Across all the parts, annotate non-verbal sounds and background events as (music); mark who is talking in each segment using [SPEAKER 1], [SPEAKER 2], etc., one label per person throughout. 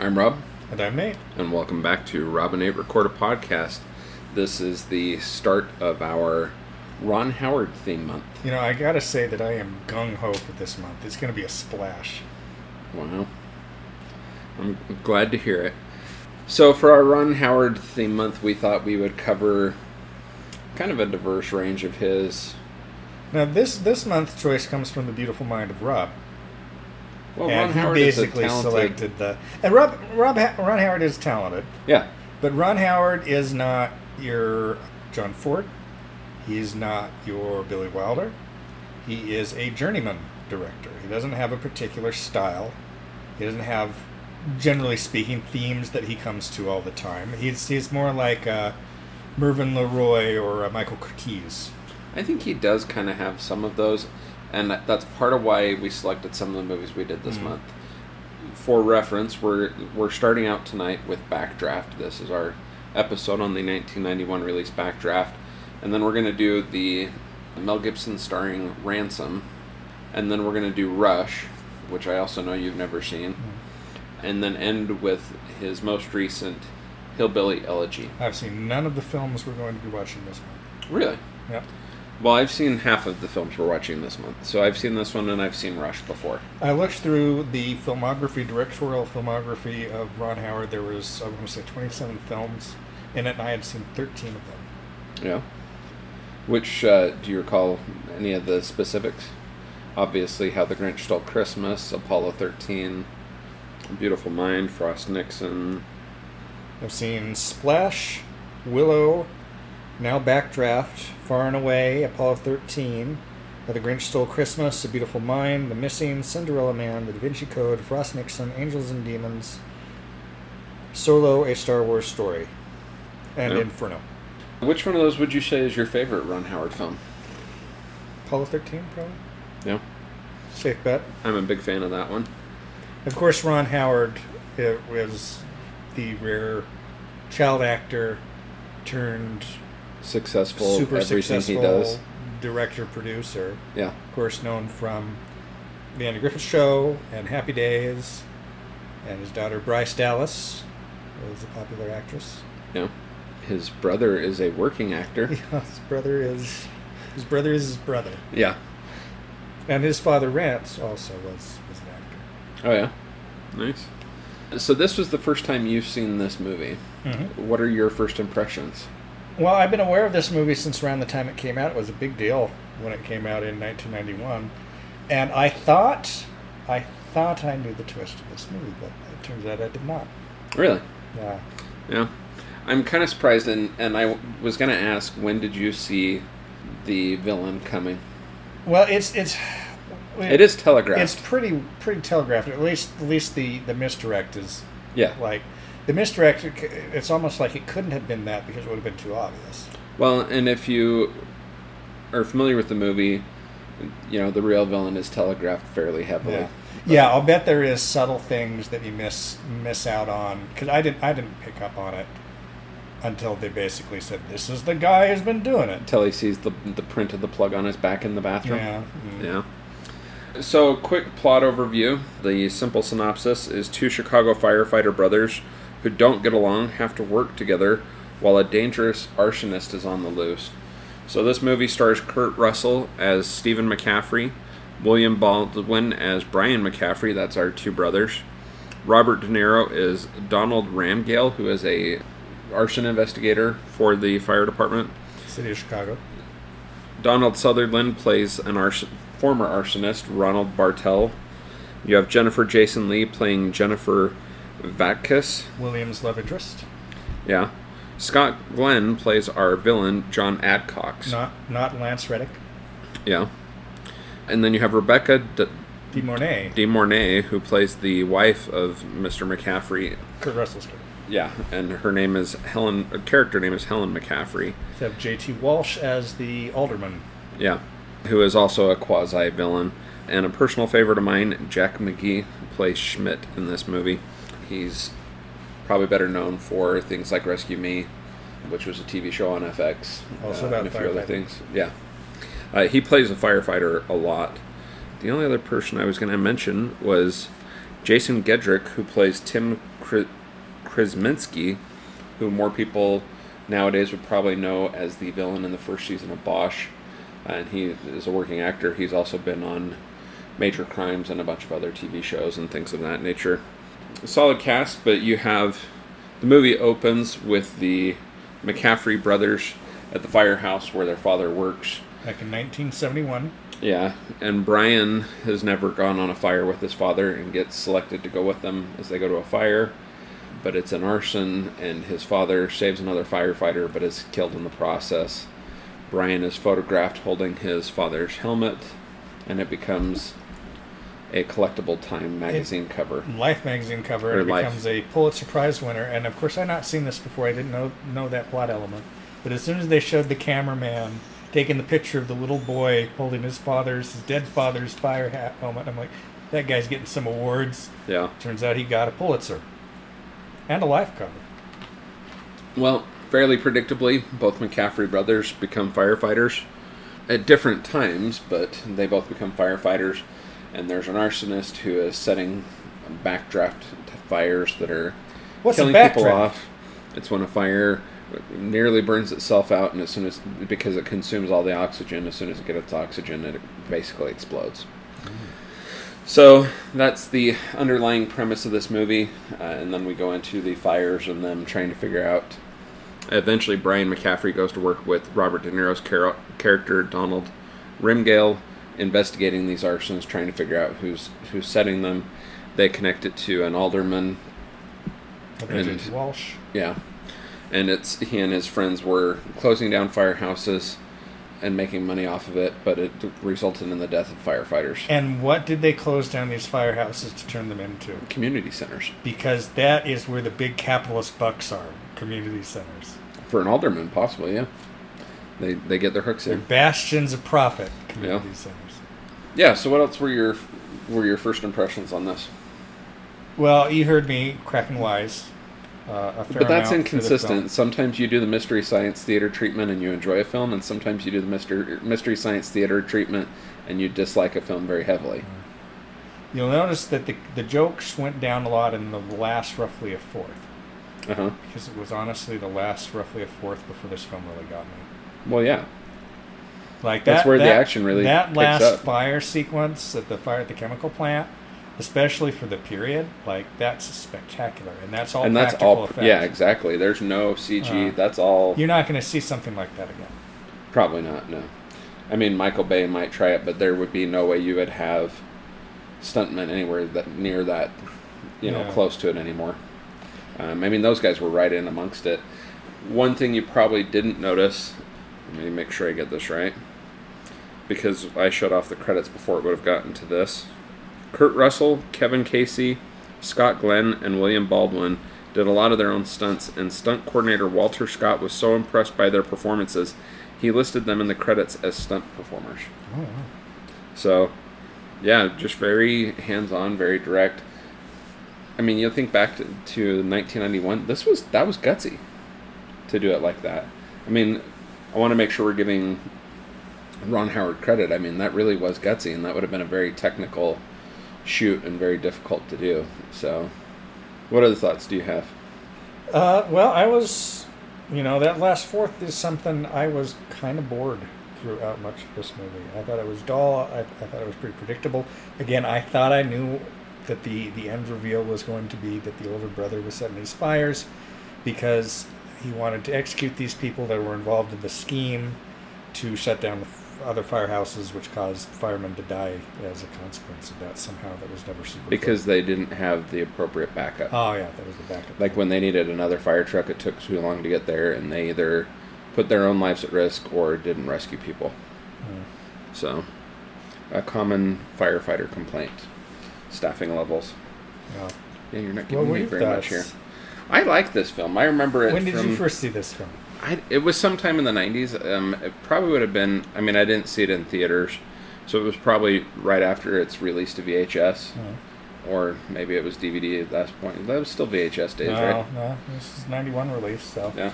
[SPEAKER 1] I'm Rob,
[SPEAKER 2] And I'm Nate.
[SPEAKER 1] and welcome back to Rob and Nate Record a Podcast. This is the start of our Ron Howard theme month.
[SPEAKER 2] You know, I gotta say that I am gung ho for this month. It's gonna be a splash.
[SPEAKER 1] Wow. I'm glad to hear it. So, for our Ron Howard theme month, we thought we would cover kind of a diverse range of his.
[SPEAKER 2] Now, this this month's choice comes from the beautiful mind of Rob,
[SPEAKER 1] Well,
[SPEAKER 2] and he basically selected the. And Rob Rob Ha- Ron Howard is talented,
[SPEAKER 1] Yeah.
[SPEAKER 2] but Ron Howard is not your John Ford. He's not your Billy Wilder. He is a journeyman director. He doesn't have a particular style. He doesn't have, generally speaking, themes that he comes to all the time. He's, he's more like uh, Mervyn LeRoy or uh, Michael Curtiz.
[SPEAKER 1] I think he does kind of have some of those, and that- that's part of why we selected some of the movies we did this
[SPEAKER 2] Mm.
[SPEAKER 1] month. For reference, we're we're starting out tonight with Backdraft. This is our episode on the 1991 release Backdraft, and then we're gonna do the Mel Gibson starring Ransom, and then we're gonna do Rush, which I also know you've never seen, and then end with his most recent Hillbilly Elegy.
[SPEAKER 2] I've seen none of the films we're going to be watching this month.
[SPEAKER 1] Really.
[SPEAKER 2] Yep.
[SPEAKER 1] Well, I've seen half of the films we're watching this month. So I've seen this one and I've seen Rush before.
[SPEAKER 2] I looked through the filmography, directorial filmography of Ron Howard. There was, I'm going to say, 27 films in it, and I had seen 13 of them.
[SPEAKER 1] Yeah. Which, uh, do you recall any of the specifics? Obviously, How the Grinch Stole Christmas, Apollo 13, Beautiful Mind, Frost Nixon.
[SPEAKER 2] I've seen Splash, Willow, now Backdraft, Far and Away, Apollo 13, How The Grinch Stole Christmas, A Beautiful Mind, The Missing, Cinderella Man, The Da Vinci Code, Frost Nixon, Angels and Demons, Solo, A Star Wars Story, and
[SPEAKER 1] Yeah.
[SPEAKER 2] Inferno.
[SPEAKER 1] Which one of those would you say is your favorite Ron Howard film?
[SPEAKER 2] Apollo 13, probably?
[SPEAKER 1] Yeah.
[SPEAKER 2] Safe bet.
[SPEAKER 1] I'm a big fan of that one.
[SPEAKER 2] Of course, Ron Howard uh, was the rare child actor turned
[SPEAKER 1] Successful,
[SPEAKER 2] super
[SPEAKER 1] everything
[SPEAKER 2] successful
[SPEAKER 1] he does.
[SPEAKER 2] director producer.
[SPEAKER 1] Yeah.
[SPEAKER 2] of course, known from The Andy Griffith Show and Happy Days, and his daughter Bryce Dallas is a popular actress. (laughs)
[SPEAKER 1] Yeah. His brother is a working actor.
[SPEAKER 2] his brother is his brother is his brother,
[SPEAKER 1] yeah.
[SPEAKER 2] and his father Rance also was was an actor.
[SPEAKER 1] Oh yeah, nice. So this was the first time you've seen this movie. What are your first impressions?
[SPEAKER 2] Well, I've been aware of this movie since around the time it came out. It was a big deal when it came out in 1991, and I thought I thought I knew the twist of this movie, but it turns out I did not.
[SPEAKER 1] Really?
[SPEAKER 2] Yeah.
[SPEAKER 1] Yeah. I'm kind of surprised, and and I w- was gonna ask when did you see the villain coming?
[SPEAKER 2] Well, it's it's
[SPEAKER 1] It is telegraphed.
[SPEAKER 2] It's pretty pretty telegraphed. At least at least the the misdirect is
[SPEAKER 1] yeah.
[SPEAKER 2] like the misdirect. it c- It's almost like it couldn't have been that because it would have been too obvious.
[SPEAKER 1] Well, and if you are familiar with the movie, you know the real villain is telegraphed fairly heavily.
[SPEAKER 2] Yeah, yeah. I'll bet there is subtle things that you miss miss out on because I didn't I didn't pick up on it until they basically said this is the guy who's been doing it.
[SPEAKER 1] Until he sees the the print of the plug on his back in the bathroom.
[SPEAKER 2] Yeah. Mm.
[SPEAKER 1] Yeah. Mm-hmm. So, quick plot overview. The simple synopsis is two Chicago firefighter brothers who don't get along have to work together while a dangerous arsonist is on the loose. So, this movie stars Kurt Russell as Stephen McCaffrey, William Baldwin as Brian McCaffrey, that's our two brothers. Robert De Niro is Donald Ramgale, who is a arson investigator for the fire department.
[SPEAKER 2] City of Chicago.
[SPEAKER 1] Donald Sutherland plays an ars- former arsonist, Ronald Bartell. You have Jennifer Jason Lee playing Jennifer Vatkiss.
[SPEAKER 2] Williams love interest.
[SPEAKER 1] Yeah. Scott Glenn plays our villain, John Adcox.
[SPEAKER 2] Not not Lance Reddick.
[SPEAKER 1] Yeah. And then you have Rebecca De,
[SPEAKER 2] De Mornay.
[SPEAKER 1] De Mornay, who plays the wife of Mr. McCaffrey.
[SPEAKER 2] Kurt Russell's character.
[SPEAKER 1] Yeah, and her name is Helen. Her character name is Helen McCaffrey.
[SPEAKER 2] They have J.T. Walsh as the alderman.
[SPEAKER 1] Yeah, who is also a quasi villain. And a personal favorite of mine, Jack McGee, plays Schmidt in this movie. He's probably better known for things like Rescue Me, which was a TV show on FX,
[SPEAKER 2] Also about
[SPEAKER 1] and a few other
[SPEAKER 2] firefighting.
[SPEAKER 1] things. Yeah, uh, he plays a firefighter a lot. The only other person I was going to mention was Jason Gedrick, who plays Tim Kri- Krasinski, who more people nowadays would probably know as the villain in the first season of Bosch, and he is a working actor. He's also been on Major Crimes and a bunch of other TV shows and things of that nature. A solid cast, but you have the movie opens with the McCaffrey brothers at the firehouse where their father works.
[SPEAKER 2] Back in 1971,
[SPEAKER 1] Yeah, and Brian has never gone on a fire with his father and gets selected to go with them as they go to a fire, but it's an arson, and his father saves another firefighter but is killed in the process. Brian is photographed holding his father's helmet, and it becomes a collectible Time magazine cover.
[SPEAKER 2] Life magazine cover, and
[SPEAKER 1] Or
[SPEAKER 2] it
[SPEAKER 1] Life.
[SPEAKER 2] becomes a Pulitzer Prize winner. And of course, i not seen this before. I didn't know know that plot element. But as soon as they showed the cameraman taking the picture of the little boy holding his father's, his dead father's fire hat helmet, I'm like, that guy's getting some awards.
[SPEAKER 1] Yeah.
[SPEAKER 2] Turns out he got a Pulitzer and a life cover.
[SPEAKER 1] Well, fairly predictably, both McCaffrey brothers become firefighters at different times, but they both become firefighters. And there's an arsonist who is setting backdraft to fires that are
[SPEAKER 2] What's a
[SPEAKER 1] killing people
[SPEAKER 2] backdraft?
[SPEAKER 1] off. It's when a fire nearly burns itself out, and as soon as because it consumes all the oxygen, as soon as it gets its oxygen, it basically explodes. So that's the underlying premise of this movie, uh, and then we go into the fires and them trying to figure out. Eventually, Brian McCaffrey goes to work with Robert De Niro's char- character Donald Rimgale, investigating these arsons, trying to figure out who's who's setting them. They connect it to an alderman
[SPEAKER 2] And
[SPEAKER 1] And-
[SPEAKER 2] Walsh.
[SPEAKER 1] yeah. And it's he and his friends were closing down firehouses and making money off of it, but it resulted in the death of firefighters.
[SPEAKER 2] And what did they close down these firehouses to turn them into?
[SPEAKER 1] Community centers
[SPEAKER 2] Because that is where the big capitalist bucks are community centers.
[SPEAKER 1] for an alderman, possibly. Yeah, they they get their hooks
[SPEAKER 2] They're
[SPEAKER 1] in.
[SPEAKER 2] bastions of profit community
[SPEAKER 1] Yeah.
[SPEAKER 2] centers.
[SPEAKER 1] Yeah. So what else were your were your first impressions on this?
[SPEAKER 2] Well, you heard me cracking wise. Uh, a fair
[SPEAKER 1] but that's
[SPEAKER 2] amount for the
[SPEAKER 1] inconsistent.
[SPEAKER 2] film.
[SPEAKER 1] Sometimes you do the mystery science theater treatment and you enjoy a film, and sometimes you do the mystery mystery science theater treatment and you dislike a film very heavily.
[SPEAKER 2] You'll notice that the, the jokes went down a lot in the last roughly a fourth.
[SPEAKER 1] Uh huh.
[SPEAKER 2] Because it was honestly the last roughly a fourth before this film really got me.
[SPEAKER 1] Well, yeah.
[SPEAKER 2] Like that,
[SPEAKER 1] That's where the
[SPEAKER 2] that-
[SPEAKER 1] action really
[SPEAKER 2] that
[SPEAKER 1] picks
[SPEAKER 2] last
[SPEAKER 1] up.
[SPEAKER 2] fire sequence at the fire at the chemical plant, especially for the period, like that's spectacular, and that's all
[SPEAKER 1] and that's
[SPEAKER 2] practical
[SPEAKER 1] all
[SPEAKER 2] effects.
[SPEAKER 1] yeah exactly there's no cg
[SPEAKER 2] Uh,
[SPEAKER 1] that's all
[SPEAKER 2] You're not going to see something like that again.
[SPEAKER 1] probably not no i mean michael bay might try it but there would be no way you would have stuntmen anywhere that near that you know
[SPEAKER 2] Yeah.
[SPEAKER 1] close to it anymore um, i mean those guys were right in amongst it one thing you probably didn't notice let me make sure i get this right because i shut off the credits before it would have gotten to this Kurt Russell, Kevin Casey, Scott Glenn, and William Baldwin did a lot of their own stunts, and stunt coordinator Walter Scott was so impressed by their performances, he listed them in the credits as stunt performers.
[SPEAKER 2] Oh, wow.
[SPEAKER 1] So, yeah, just very hands on, very direct. I mean, you'll think back to, to 1991. This was that was gutsy to do it like that. I mean, I want to make sure we're giving Ron Howard credit. I mean, that really was gutsy, and that would have been a very technical shoot and very difficult to do. So, what other thoughts do you have?
[SPEAKER 2] Uh, well, I was, you know, that last fourth is something I was kind of bored throughout much of this movie. I thought it was dull. I, I thought it was pretty predictable. Again, I thought I knew that the the end reveal was going to be that the older brother was setting these fires because he wanted to execute these people that were involved in the scheme to shut down the f- other firehouses, which caused firemen to die as a consequence of that. Somehow, that was never super.
[SPEAKER 1] Because they didn't have the appropriate backup.
[SPEAKER 2] oh yeah, that was the backup.
[SPEAKER 1] like when they needed another fire truck it took too long to get there and they either put their own lives at risk or didn't rescue people
[SPEAKER 2] Mm.
[SPEAKER 1] so a common firefighter complaint staffing levels
[SPEAKER 2] Yeah.
[SPEAKER 1] yeah you're not
[SPEAKER 2] What
[SPEAKER 1] giving
[SPEAKER 2] were
[SPEAKER 1] me
[SPEAKER 2] your
[SPEAKER 1] very much here
[SPEAKER 2] thoughts?
[SPEAKER 1] i like this film i remember it
[SPEAKER 2] When did
[SPEAKER 1] from-
[SPEAKER 2] you first see this film?
[SPEAKER 1] I, it was sometime in the 90s um, it probably would have been i mean i didn't see it in theaters so it was probably right after its release to vhs or maybe it was dvd at that point that was still vhs days right
[SPEAKER 2] No, no, this is '91 release, so
[SPEAKER 1] Yeah.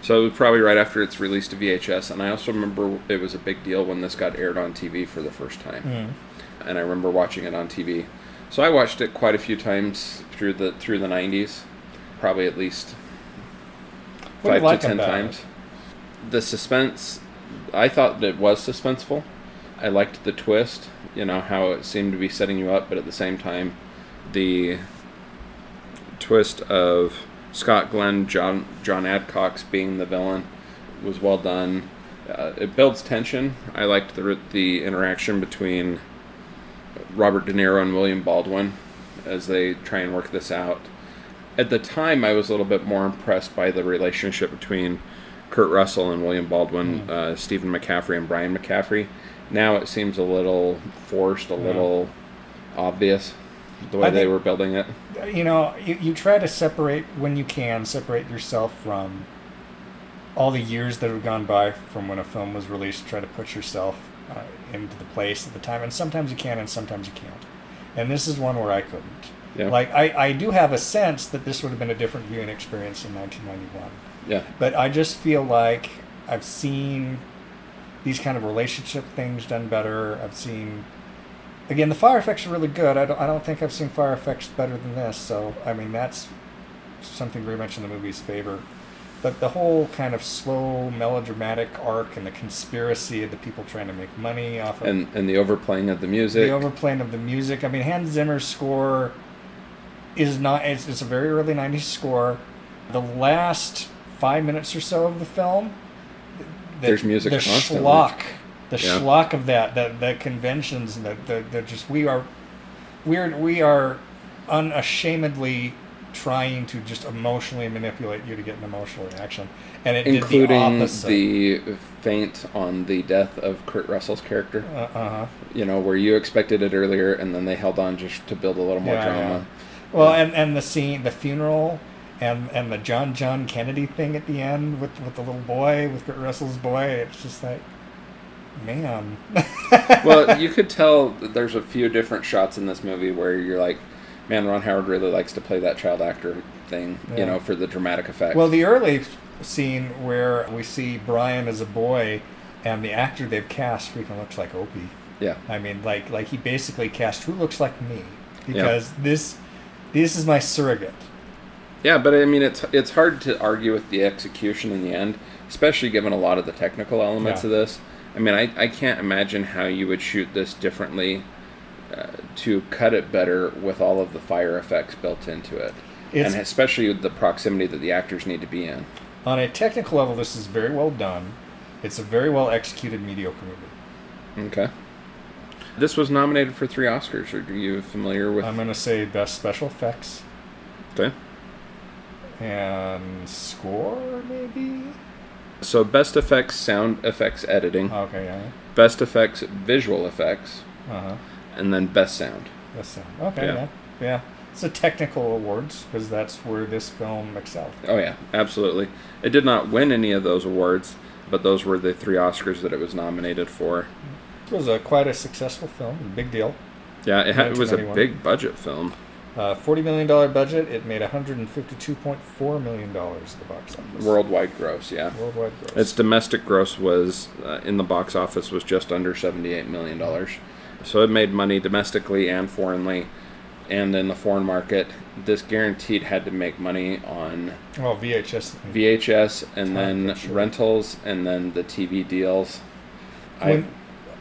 [SPEAKER 1] So it was probably right after its release to VHS, and I also remember it was a big deal when this got aired on TV for the first time.
[SPEAKER 2] Mm.
[SPEAKER 1] And I remember watching it on TV, So I watched it quite a few times through the through the '90s, probably at least
[SPEAKER 2] What do you
[SPEAKER 1] five
[SPEAKER 2] like
[SPEAKER 1] to ten
[SPEAKER 2] about
[SPEAKER 1] times. The suspense, I thought it was suspenseful. I liked the twist, you know, how it seemed to be setting you up, but at the same time, the twist of Scott Glenn, John John Adcox being the villain was well done. Uh, it builds tension. I liked the the interaction between Robert De Niro and William Baldwin as they try and work this out. At the time, I was a little bit more impressed by the relationship between Kurt Russell and William Baldwin,
[SPEAKER 2] Mm.
[SPEAKER 1] uh, Stephen McCaffrey and Brian McCaffrey. Now it seems a little forced, a little obvious the way
[SPEAKER 2] I
[SPEAKER 1] they
[SPEAKER 2] think-
[SPEAKER 1] were building it.
[SPEAKER 2] you know you, you try to separate when you can separate yourself from all the years that have gone by from when a film was released try to put yourself uh, into the place at the time and sometimes you can and sometimes you can't and this is one where i couldn't
[SPEAKER 1] Yeah.
[SPEAKER 2] like I, I do have a sense that this would have been a different viewing experience in 1991
[SPEAKER 1] Yeah.
[SPEAKER 2] but i just feel like i've seen these kind of relationship things done better i've seen again the fire effects are really good i don't, I don't think i've seen fire effects better than this so i mean that's something very much in the movie's favor but the whole kind of slow melodramatic arc and the conspiracy of the people trying to make money off of
[SPEAKER 1] And and the overplaying of the music.
[SPEAKER 2] the overplaying of the music. I mean, Hans Zimmer's score is not. It's, it's a very early '90s score. The last five minutes or so of the film, the-
[SPEAKER 1] There's music
[SPEAKER 2] The
[SPEAKER 1] constantly.
[SPEAKER 2] schlock, the
[SPEAKER 1] Yeah.
[SPEAKER 2] schlock of that, the the conventions, and the, the the just we are, we're we are unashamedly trying to just emotionally manipulate you to get an emotional reaction, and it did the
[SPEAKER 1] including
[SPEAKER 2] opposite.
[SPEAKER 1] the, faint on the death of Kurt Russell's character.
[SPEAKER 2] uh, uh-huh.
[SPEAKER 1] You know, where you expected it earlier, and then they held on just to build a little more
[SPEAKER 2] Yeah,
[SPEAKER 1] drama.
[SPEAKER 2] Well, and, and the scene, the funeral, and and the John John Kennedy thing at the end with with the little boy, with Kurt Russell's boy. It's just like, man.
[SPEAKER 1] (laughs)
[SPEAKER 2] (laughs)
[SPEAKER 1] well, you could tell that there's a few different shots in this movie where you're like, man, Ron Howard really likes to play that child actor thing,
[SPEAKER 2] Yeah.
[SPEAKER 1] you know, for the dramatic effect.
[SPEAKER 2] Well, the early scene where we see Brian as a boy, and the actor they've cast freaking looks like Opie.
[SPEAKER 1] yeah.
[SPEAKER 2] I mean, like like he basically cast who looks like me because this this is my surrogate.
[SPEAKER 1] Yeah, but I mean, it's it's hard to argue with the execution in the end, especially given a lot of the technical elements
[SPEAKER 2] Yeah.
[SPEAKER 1] of this. I mean, I, I can't imagine how you would shoot this differently uh, to cut it better with all of the fire effects built into it,
[SPEAKER 2] It's-
[SPEAKER 1] and especially with the proximity that the actors need to be in.
[SPEAKER 2] On a technical level, this is very well done. It's a very well executed mediocre movie.
[SPEAKER 1] Okay. This was nominated for three Oscars. Are you familiar with?
[SPEAKER 2] I'm gonna say best special effects
[SPEAKER 1] okay.
[SPEAKER 2] and score, maybe.
[SPEAKER 1] Mm-hmm. So, best effects, sound effects, editing,
[SPEAKER 2] Okay, yeah.
[SPEAKER 1] best effects, visual effects,
[SPEAKER 2] Uh huh.
[SPEAKER 1] and then best sound.
[SPEAKER 2] That's sound. Okay,
[SPEAKER 1] Yeah.
[SPEAKER 2] yeah. yeah, It's a technical awards because that's where this film excelled.
[SPEAKER 1] Oh yeah, absolutely. It did not win any of those awards, but those were the three Oscars that it was nominated for.
[SPEAKER 2] It was a quite a successful film, a big deal.
[SPEAKER 1] Yeah, it, ha- it was a
[SPEAKER 2] 1991.
[SPEAKER 1] big budget film.
[SPEAKER 2] Uh, Forty million dollar budget. It made 152.4 million dollars at the box office.
[SPEAKER 1] Worldwide gross, yeah.
[SPEAKER 2] Worldwide gross.
[SPEAKER 1] Its domestic gross was uh, in the box office was just under 78 million dollars. So it made money domestically and foreignly and in the foreign market. This guaranteed had to make money on
[SPEAKER 2] well, VHS.
[SPEAKER 1] VHS and
[SPEAKER 2] for
[SPEAKER 1] then
[SPEAKER 2] sure.
[SPEAKER 1] rentals and then the TV deals. I,
[SPEAKER 2] When-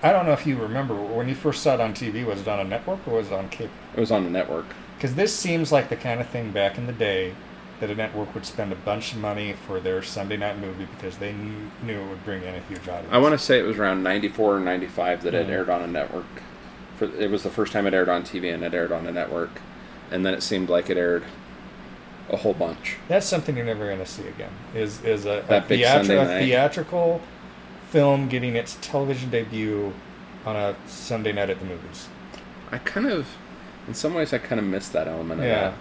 [SPEAKER 2] I don't know if you remember when you first saw it on TV. Was it on a network or was it on cable?
[SPEAKER 1] it was on the network.
[SPEAKER 2] Because this seems like the kind of thing back in the day that a network would spend a bunch of money for their Sunday night movie because they kn- knew it would bring in a huge audience.
[SPEAKER 1] I want to say it was around 94 or 95 that it
[SPEAKER 2] Mm.
[SPEAKER 1] aired on a network. For, it was the first time it aired on TV and it aired on a network. And then it seemed like it aired a whole bunch.
[SPEAKER 2] That's something you're never going to see again. Is is a, a,
[SPEAKER 1] That big Sunday
[SPEAKER 2] theatri- a
[SPEAKER 1] night.
[SPEAKER 2] theatrical film getting its television debut on a Sunday night at the movies?
[SPEAKER 1] I kind of, in some ways, I kind of miss that element of
[SPEAKER 2] Yeah.
[SPEAKER 1] that.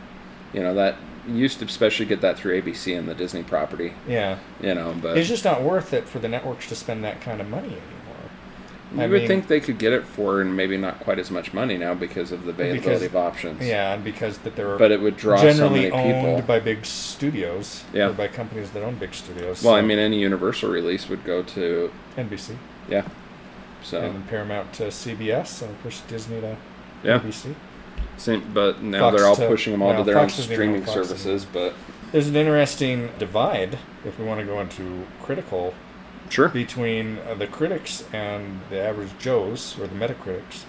[SPEAKER 1] You know, that you used to especially get that through ABC and the Disney property,
[SPEAKER 2] Yeah,
[SPEAKER 1] you know, but
[SPEAKER 2] it's just not worth it for the networks to spend that kind of money anymore.
[SPEAKER 1] you
[SPEAKER 2] I
[SPEAKER 1] would
[SPEAKER 2] mean-
[SPEAKER 1] think they could get it for and maybe not quite as much money now because of the availability
[SPEAKER 2] Because-
[SPEAKER 1] of options.
[SPEAKER 2] Yeah, and because that they're
[SPEAKER 1] But it would draw so many
[SPEAKER 2] generally owned
[SPEAKER 1] people.
[SPEAKER 2] by big studios
[SPEAKER 1] Yeah.
[SPEAKER 2] or by companies that own big studios.
[SPEAKER 1] well, I
[SPEAKER 2] so-
[SPEAKER 1] mean, any Universal release would go to,
[SPEAKER 2] NBC.
[SPEAKER 1] yeah. So,
[SPEAKER 2] and Paramount to CBS, and of course Disney to
[SPEAKER 1] yeah.
[SPEAKER 2] NBC.
[SPEAKER 1] Same, but now
[SPEAKER 2] Fox
[SPEAKER 1] they're all
[SPEAKER 2] to-
[SPEAKER 1] pushing them all
[SPEAKER 2] no,
[SPEAKER 1] to their
[SPEAKER 2] Fox
[SPEAKER 1] own
[SPEAKER 2] is the only
[SPEAKER 1] streaming
[SPEAKER 2] one, Fox is the
[SPEAKER 1] services. But
[SPEAKER 2] There's an interesting divide, if we want to go into critical,
[SPEAKER 1] sure,
[SPEAKER 2] between uh, the critics and the average Joes or the Metacritics,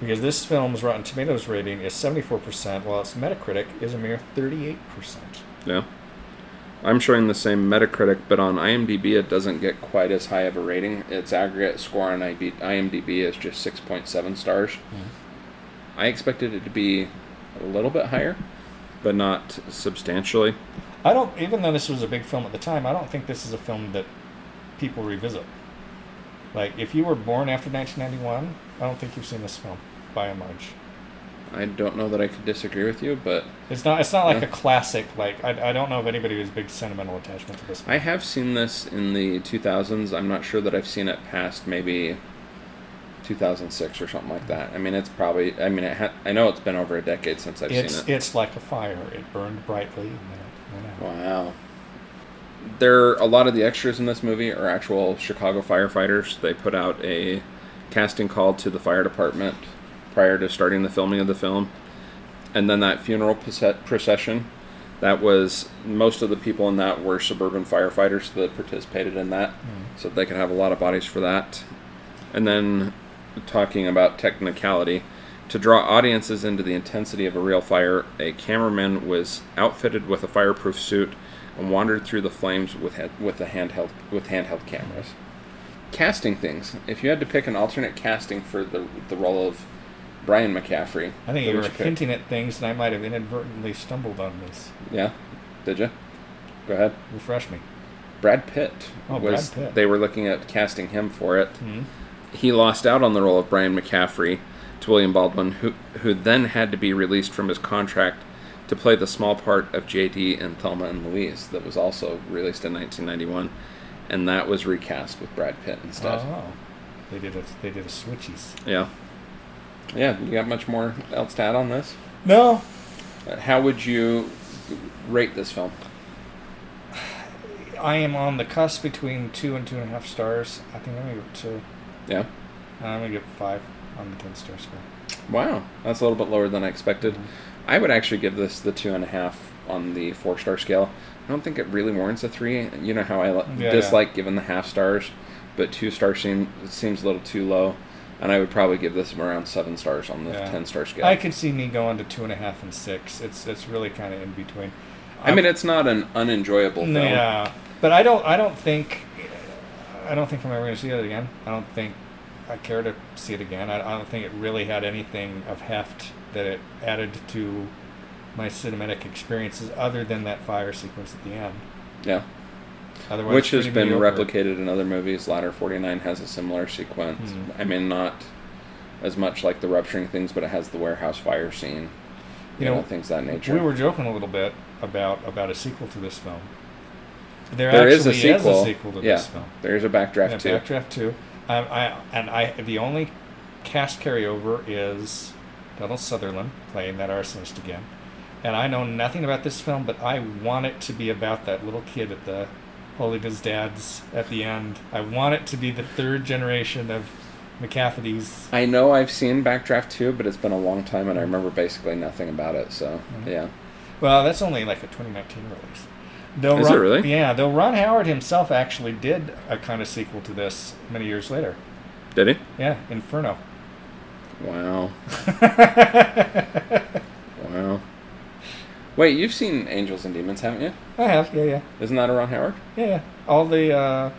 [SPEAKER 2] because this film's Rotten Tomatoes rating is 74%, while its Metacritic is a mere 38%.
[SPEAKER 1] yeah. I'm showing the same Metacritic, but on IMDb it doesn't get quite as high of a rating. Its aggregate score on IB- IMDb is just 6.7 stars.
[SPEAKER 2] Mm-hmm.
[SPEAKER 1] I expected it to be a little bit higher, but not substantially.
[SPEAKER 2] I don't, even though this was a big film at the time, I don't think this is a film that people revisit. Like, if you were born after 1991, I don't think you've seen this film by and large.
[SPEAKER 1] I don't know that I could disagree with you, but
[SPEAKER 2] It's not. It's not like
[SPEAKER 1] Yeah.
[SPEAKER 2] a classic. Like I, I don't know of anybody who has big sentimental attachment to this. Film.
[SPEAKER 1] I have seen this in the 2000s. I'm not sure that I've seen it past maybe 2006 or something like that. I mean, it's probably. I mean, it ha- I know it's been over a decade since I've
[SPEAKER 2] it's
[SPEAKER 1] seen it.
[SPEAKER 2] it's like a fire. It burned brightly and then it went out.
[SPEAKER 1] Wow. There, a lot of the extras in this movie are actual Chicago firefighters. They put out a casting call to the fire department prior to starting the filming of the film, and then that funeral proce- procession. That was most of the people in that were suburban firefighters that participated in that.
[SPEAKER 2] Mm.
[SPEAKER 1] so they could have a lot of bodies for that. And then talking about technicality, to draw audiences into the intensity of a real fire, a cameraman was outfitted with a fireproof suit and wandered through the flames with ha- with a handheld with handheld cameras. Casting things. If you had to pick an alternate casting for the the role of Brian McCaffrey,
[SPEAKER 2] I think
[SPEAKER 1] who
[SPEAKER 2] you were
[SPEAKER 1] would pick?
[SPEAKER 2] hinting at things, and I might have inadvertently stumbled on this.
[SPEAKER 1] Yeah, did you? Go ahead.
[SPEAKER 2] Refresh me.
[SPEAKER 1] Brad Pitt
[SPEAKER 2] Oh, Brad
[SPEAKER 1] was.
[SPEAKER 2] Pitt. Mm-hmm.
[SPEAKER 1] They were looking at casting him for it. he lost out on the role of Brian McCaffrey to William Baldwin, who who then had to be released from his contract to play the small part of JD in Thelma and Louise that was also released in 1991, and that was recast with Brad Pitt instead.
[SPEAKER 2] Oh, they did a they did a switchies.
[SPEAKER 1] Yeah, yeah. You got much more else to add on this?
[SPEAKER 2] No,
[SPEAKER 1] Uh, How would you rate this film?
[SPEAKER 2] I am on the cusp between two and two and a half stars. I think I'm gonna give it two. Uh,
[SPEAKER 1] Yeah.
[SPEAKER 2] I'm gonna give it five on the ten star scale.
[SPEAKER 1] Wow, that's a little bit lower than I expected. I would actually give this the two and a half on the four star scale. I don't think it really warrants a three. You know how I li-
[SPEAKER 2] Yeah,
[SPEAKER 1] dislike giving the half stars, but two stars seem, seems a little too low, and I would probably give this around seven stars on the
[SPEAKER 2] Yeah.
[SPEAKER 1] ten star scale.
[SPEAKER 2] I could see me going to two and a half and six. It's it's really kind of in between.
[SPEAKER 1] I mean, it's not an unenjoyable film.
[SPEAKER 2] Yeah, but I don't. I don't think. I don't think I'm ever going to see it again. I don't think I care to see it again. I, I don't think it really had anything of heft that it added to my cinematic experiences, other than that fire sequence at the end.
[SPEAKER 1] Yeah.
[SPEAKER 2] Otherwise,
[SPEAKER 1] Which
[SPEAKER 2] it's
[SPEAKER 1] has been
[SPEAKER 2] pretty mediocre.
[SPEAKER 1] replicated in other movies. Ladder 49 has a similar sequence.
[SPEAKER 2] Mhm.
[SPEAKER 1] I mean, not as much like the rupturing things, but it has the warehouse fire scene. You,
[SPEAKER 2] You
[SPEAKER 1] know,
[SPEAKER 2] know,
[SPEAKER 1] things of that nature.
[SPEAKER 2] We were joking a little bit about about a sequel to this film. There,
[SPEAKER 1] There is a
[SPEAKER 2] actually
[SPEAKER 1] sequel.
[SPEAKER 2] sequel to
[SPEAKER 1] Yeah.
[SPEAKER 2] this film.
[SPEAKER 1] There's a backdraft too.
[SPEAKER 2] Yeah, Backdraft two. Um, I and I the only cast carryover is Donald Sutherland playing that arsonist again. And I know nothing about this film, but I want it to be about that little kid at the holding his dad's at the end. I want it to be the third generation of McCafferty's.
[SPEAKER 1] I know I've seen Backdraft 2, but it's been a long time and I remember basically nothing about it, so
[SPEAKER 2] Mhm.
[SPEAKER 1] yeah.
[SPEAKER 2] Well, that's only like a 2019 release. Though
[SPEAKER 1] Is it
[SPEAKER 2] Ron,
[SPEAKER 1] really?
[SPEAKER 2] Yeah, though Ron Howard himself actually did a kind of sequel to this many years later.
[SPEAKER 1] Did he?
[SPEAKER 2] Yeah, Inferno. (laughs)
[SPEAKER 1] Wow. Wow. Wait, you've seen Angels and Demons, haven't you?
[SPEAKER 2] I have, yeah, yeah,
[SPEAKER 1] Isn't that a Ron Howard?
[SPEAKER 2] yeah. yeah. All the uh,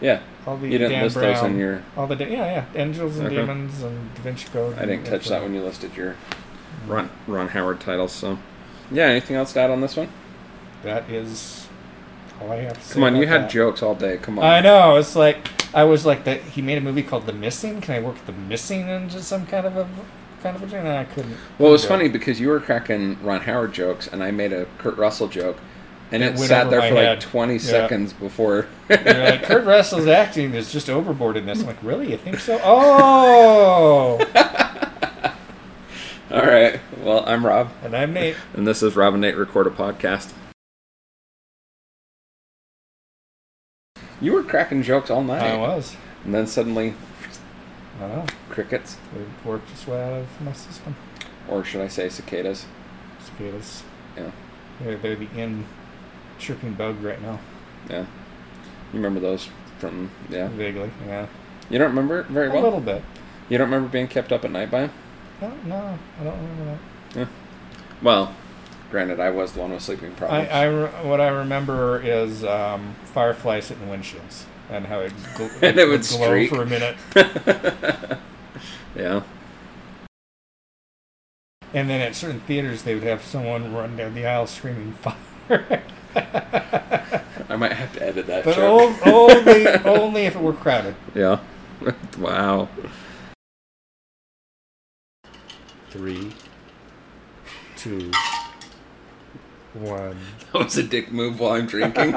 [SPEAKER 1] Yeah.
[SPEAKER 2] all the
[SPEAKER 1] You didn't
[SPEAKER 2] Dan
[SPEAKER 1] list
[SPEAKER 2] Brown,
[SPEAKER 1] those in your
[SPEAKER 2] all the da- yeah, yeah, Angels and
[SPEAKER 1] Okay.
[SPEAKER 2] Demons and Da Vinci Code.
[SPEAKER 1] I didn't
[SPEAKER 2] and- and
[SPEAKER 1] touch that
[SPEAKER 2] so-
[SPEAKER 1] when you listed your Ron Ron Howard titles, so yeah, anything else to add on this one?
[SPEAKER 2] That is all I have. To say
[SPEAKER 1] Come on, you
[SPEAKER 2] about
[SPEAKER 1] had
[SPEAKER 2] that.
[SPEAKER 1] jokes all day. Come on.
[SPEAKER 2] I know. It's like I was like that. He made a movie called The Missing. Can I work The Missing into some kind of a kind of a? No, I
[SPEAKER 1] (laughs)
[SPEAKER 2] couldn't.
[SPEAKER 1] Well, it was
[SPEAKER 2] couldn't do
[SPEAKER 1] funny because you were cracking Ron Howard jokes, and I made a Kurt Russell joke, and
[SPEAKER 2] It
[SPEAKER 1] it,
[SPEAKER 2] went
[SPEAKER 1] sat
[SPEAKER 2] over
[SPEAKER 1] there
[SPEAKER 2] my
[SPEAKER 1] for
[SPEAKER 2] head.
[SPEAKER 1] like 20
[SPEAKER 2] Yeah.
[SPEAKER 1] seconds before.
[SPEAKER 2] You're like, Kurt Russell's acting is just overboard in this. I'm like, really? You think so? Oh!
[SPEAKER 1] All right. Well, I'm Rob,
[SPEAKER 2] and I'm Nate.
[SPEAKER 1] (laughs) and this is Rob and Nate Record a Podcast. You were cracking jokes all night,
[SPEAKER 2] I was.
[SPEAKER 1] and then suddenly
[SPEAKER 2] I don't know.
[SPEAKER 1] crickets.
[SPEAKER 2] It worked its way out of my system.
[SPEAKER 1] or should I say cicadas?
[SPEAKER 2] Cicadas.
[SPEAKER 1] Yeah,
[SPEAKER 2] They're, they're the in chirping bug right now.
[SPEAKER 1] yeah. You remember those from? Yeah.
[SPEAKER 2] Vaguely, yeah.
[SPEAKER 1] You don't remember it very
[SPEAKER 2] A
[SPEAKER 1] well.
[SPEAKER 2] little bit.
[SPEAKER 1] You don't remember being kept up at night by 'em?
[SPEAKER 2] No, no, I don't remember that.
[SPEAKER 1] Well, granted, I was the one with sleeping
[SPEAKER 2] I,
[SPEAKER 1] problems.
[SPEAKER 2] I re- what I remember is um, fireflies hitting windshields and how it,
[SPEAKER 1] (laughs)
[SPEAKER 2] gl-
[SPEAKER 1] And it would
[SPEAKER 2] glow
[SPEAKER 1] streak.
[SPEAKER 2] for a minute,
[SPEAKER 1] yeah.
[SPEAKER 2] and then at certain theaters they would have someone run down the aisle
[SPEAKER 1] (laughs)
[SPEAKER 2] screaming fire.
[SPEAKER 1] I might have to edit that.
[SPEAKER 2] but oh.
[SPEAKER 1] joke.
[SPEAKER 2] o- only
[SPEAKER 1] (laughs)
[SPEAKER 2] only if it were crowded.
[SPEAKER 1] Yeah. (laughs) wow.
[SPEAKER 2] Three, two, one.
[SPEAKER 1] That was a dick move while I'm drinking.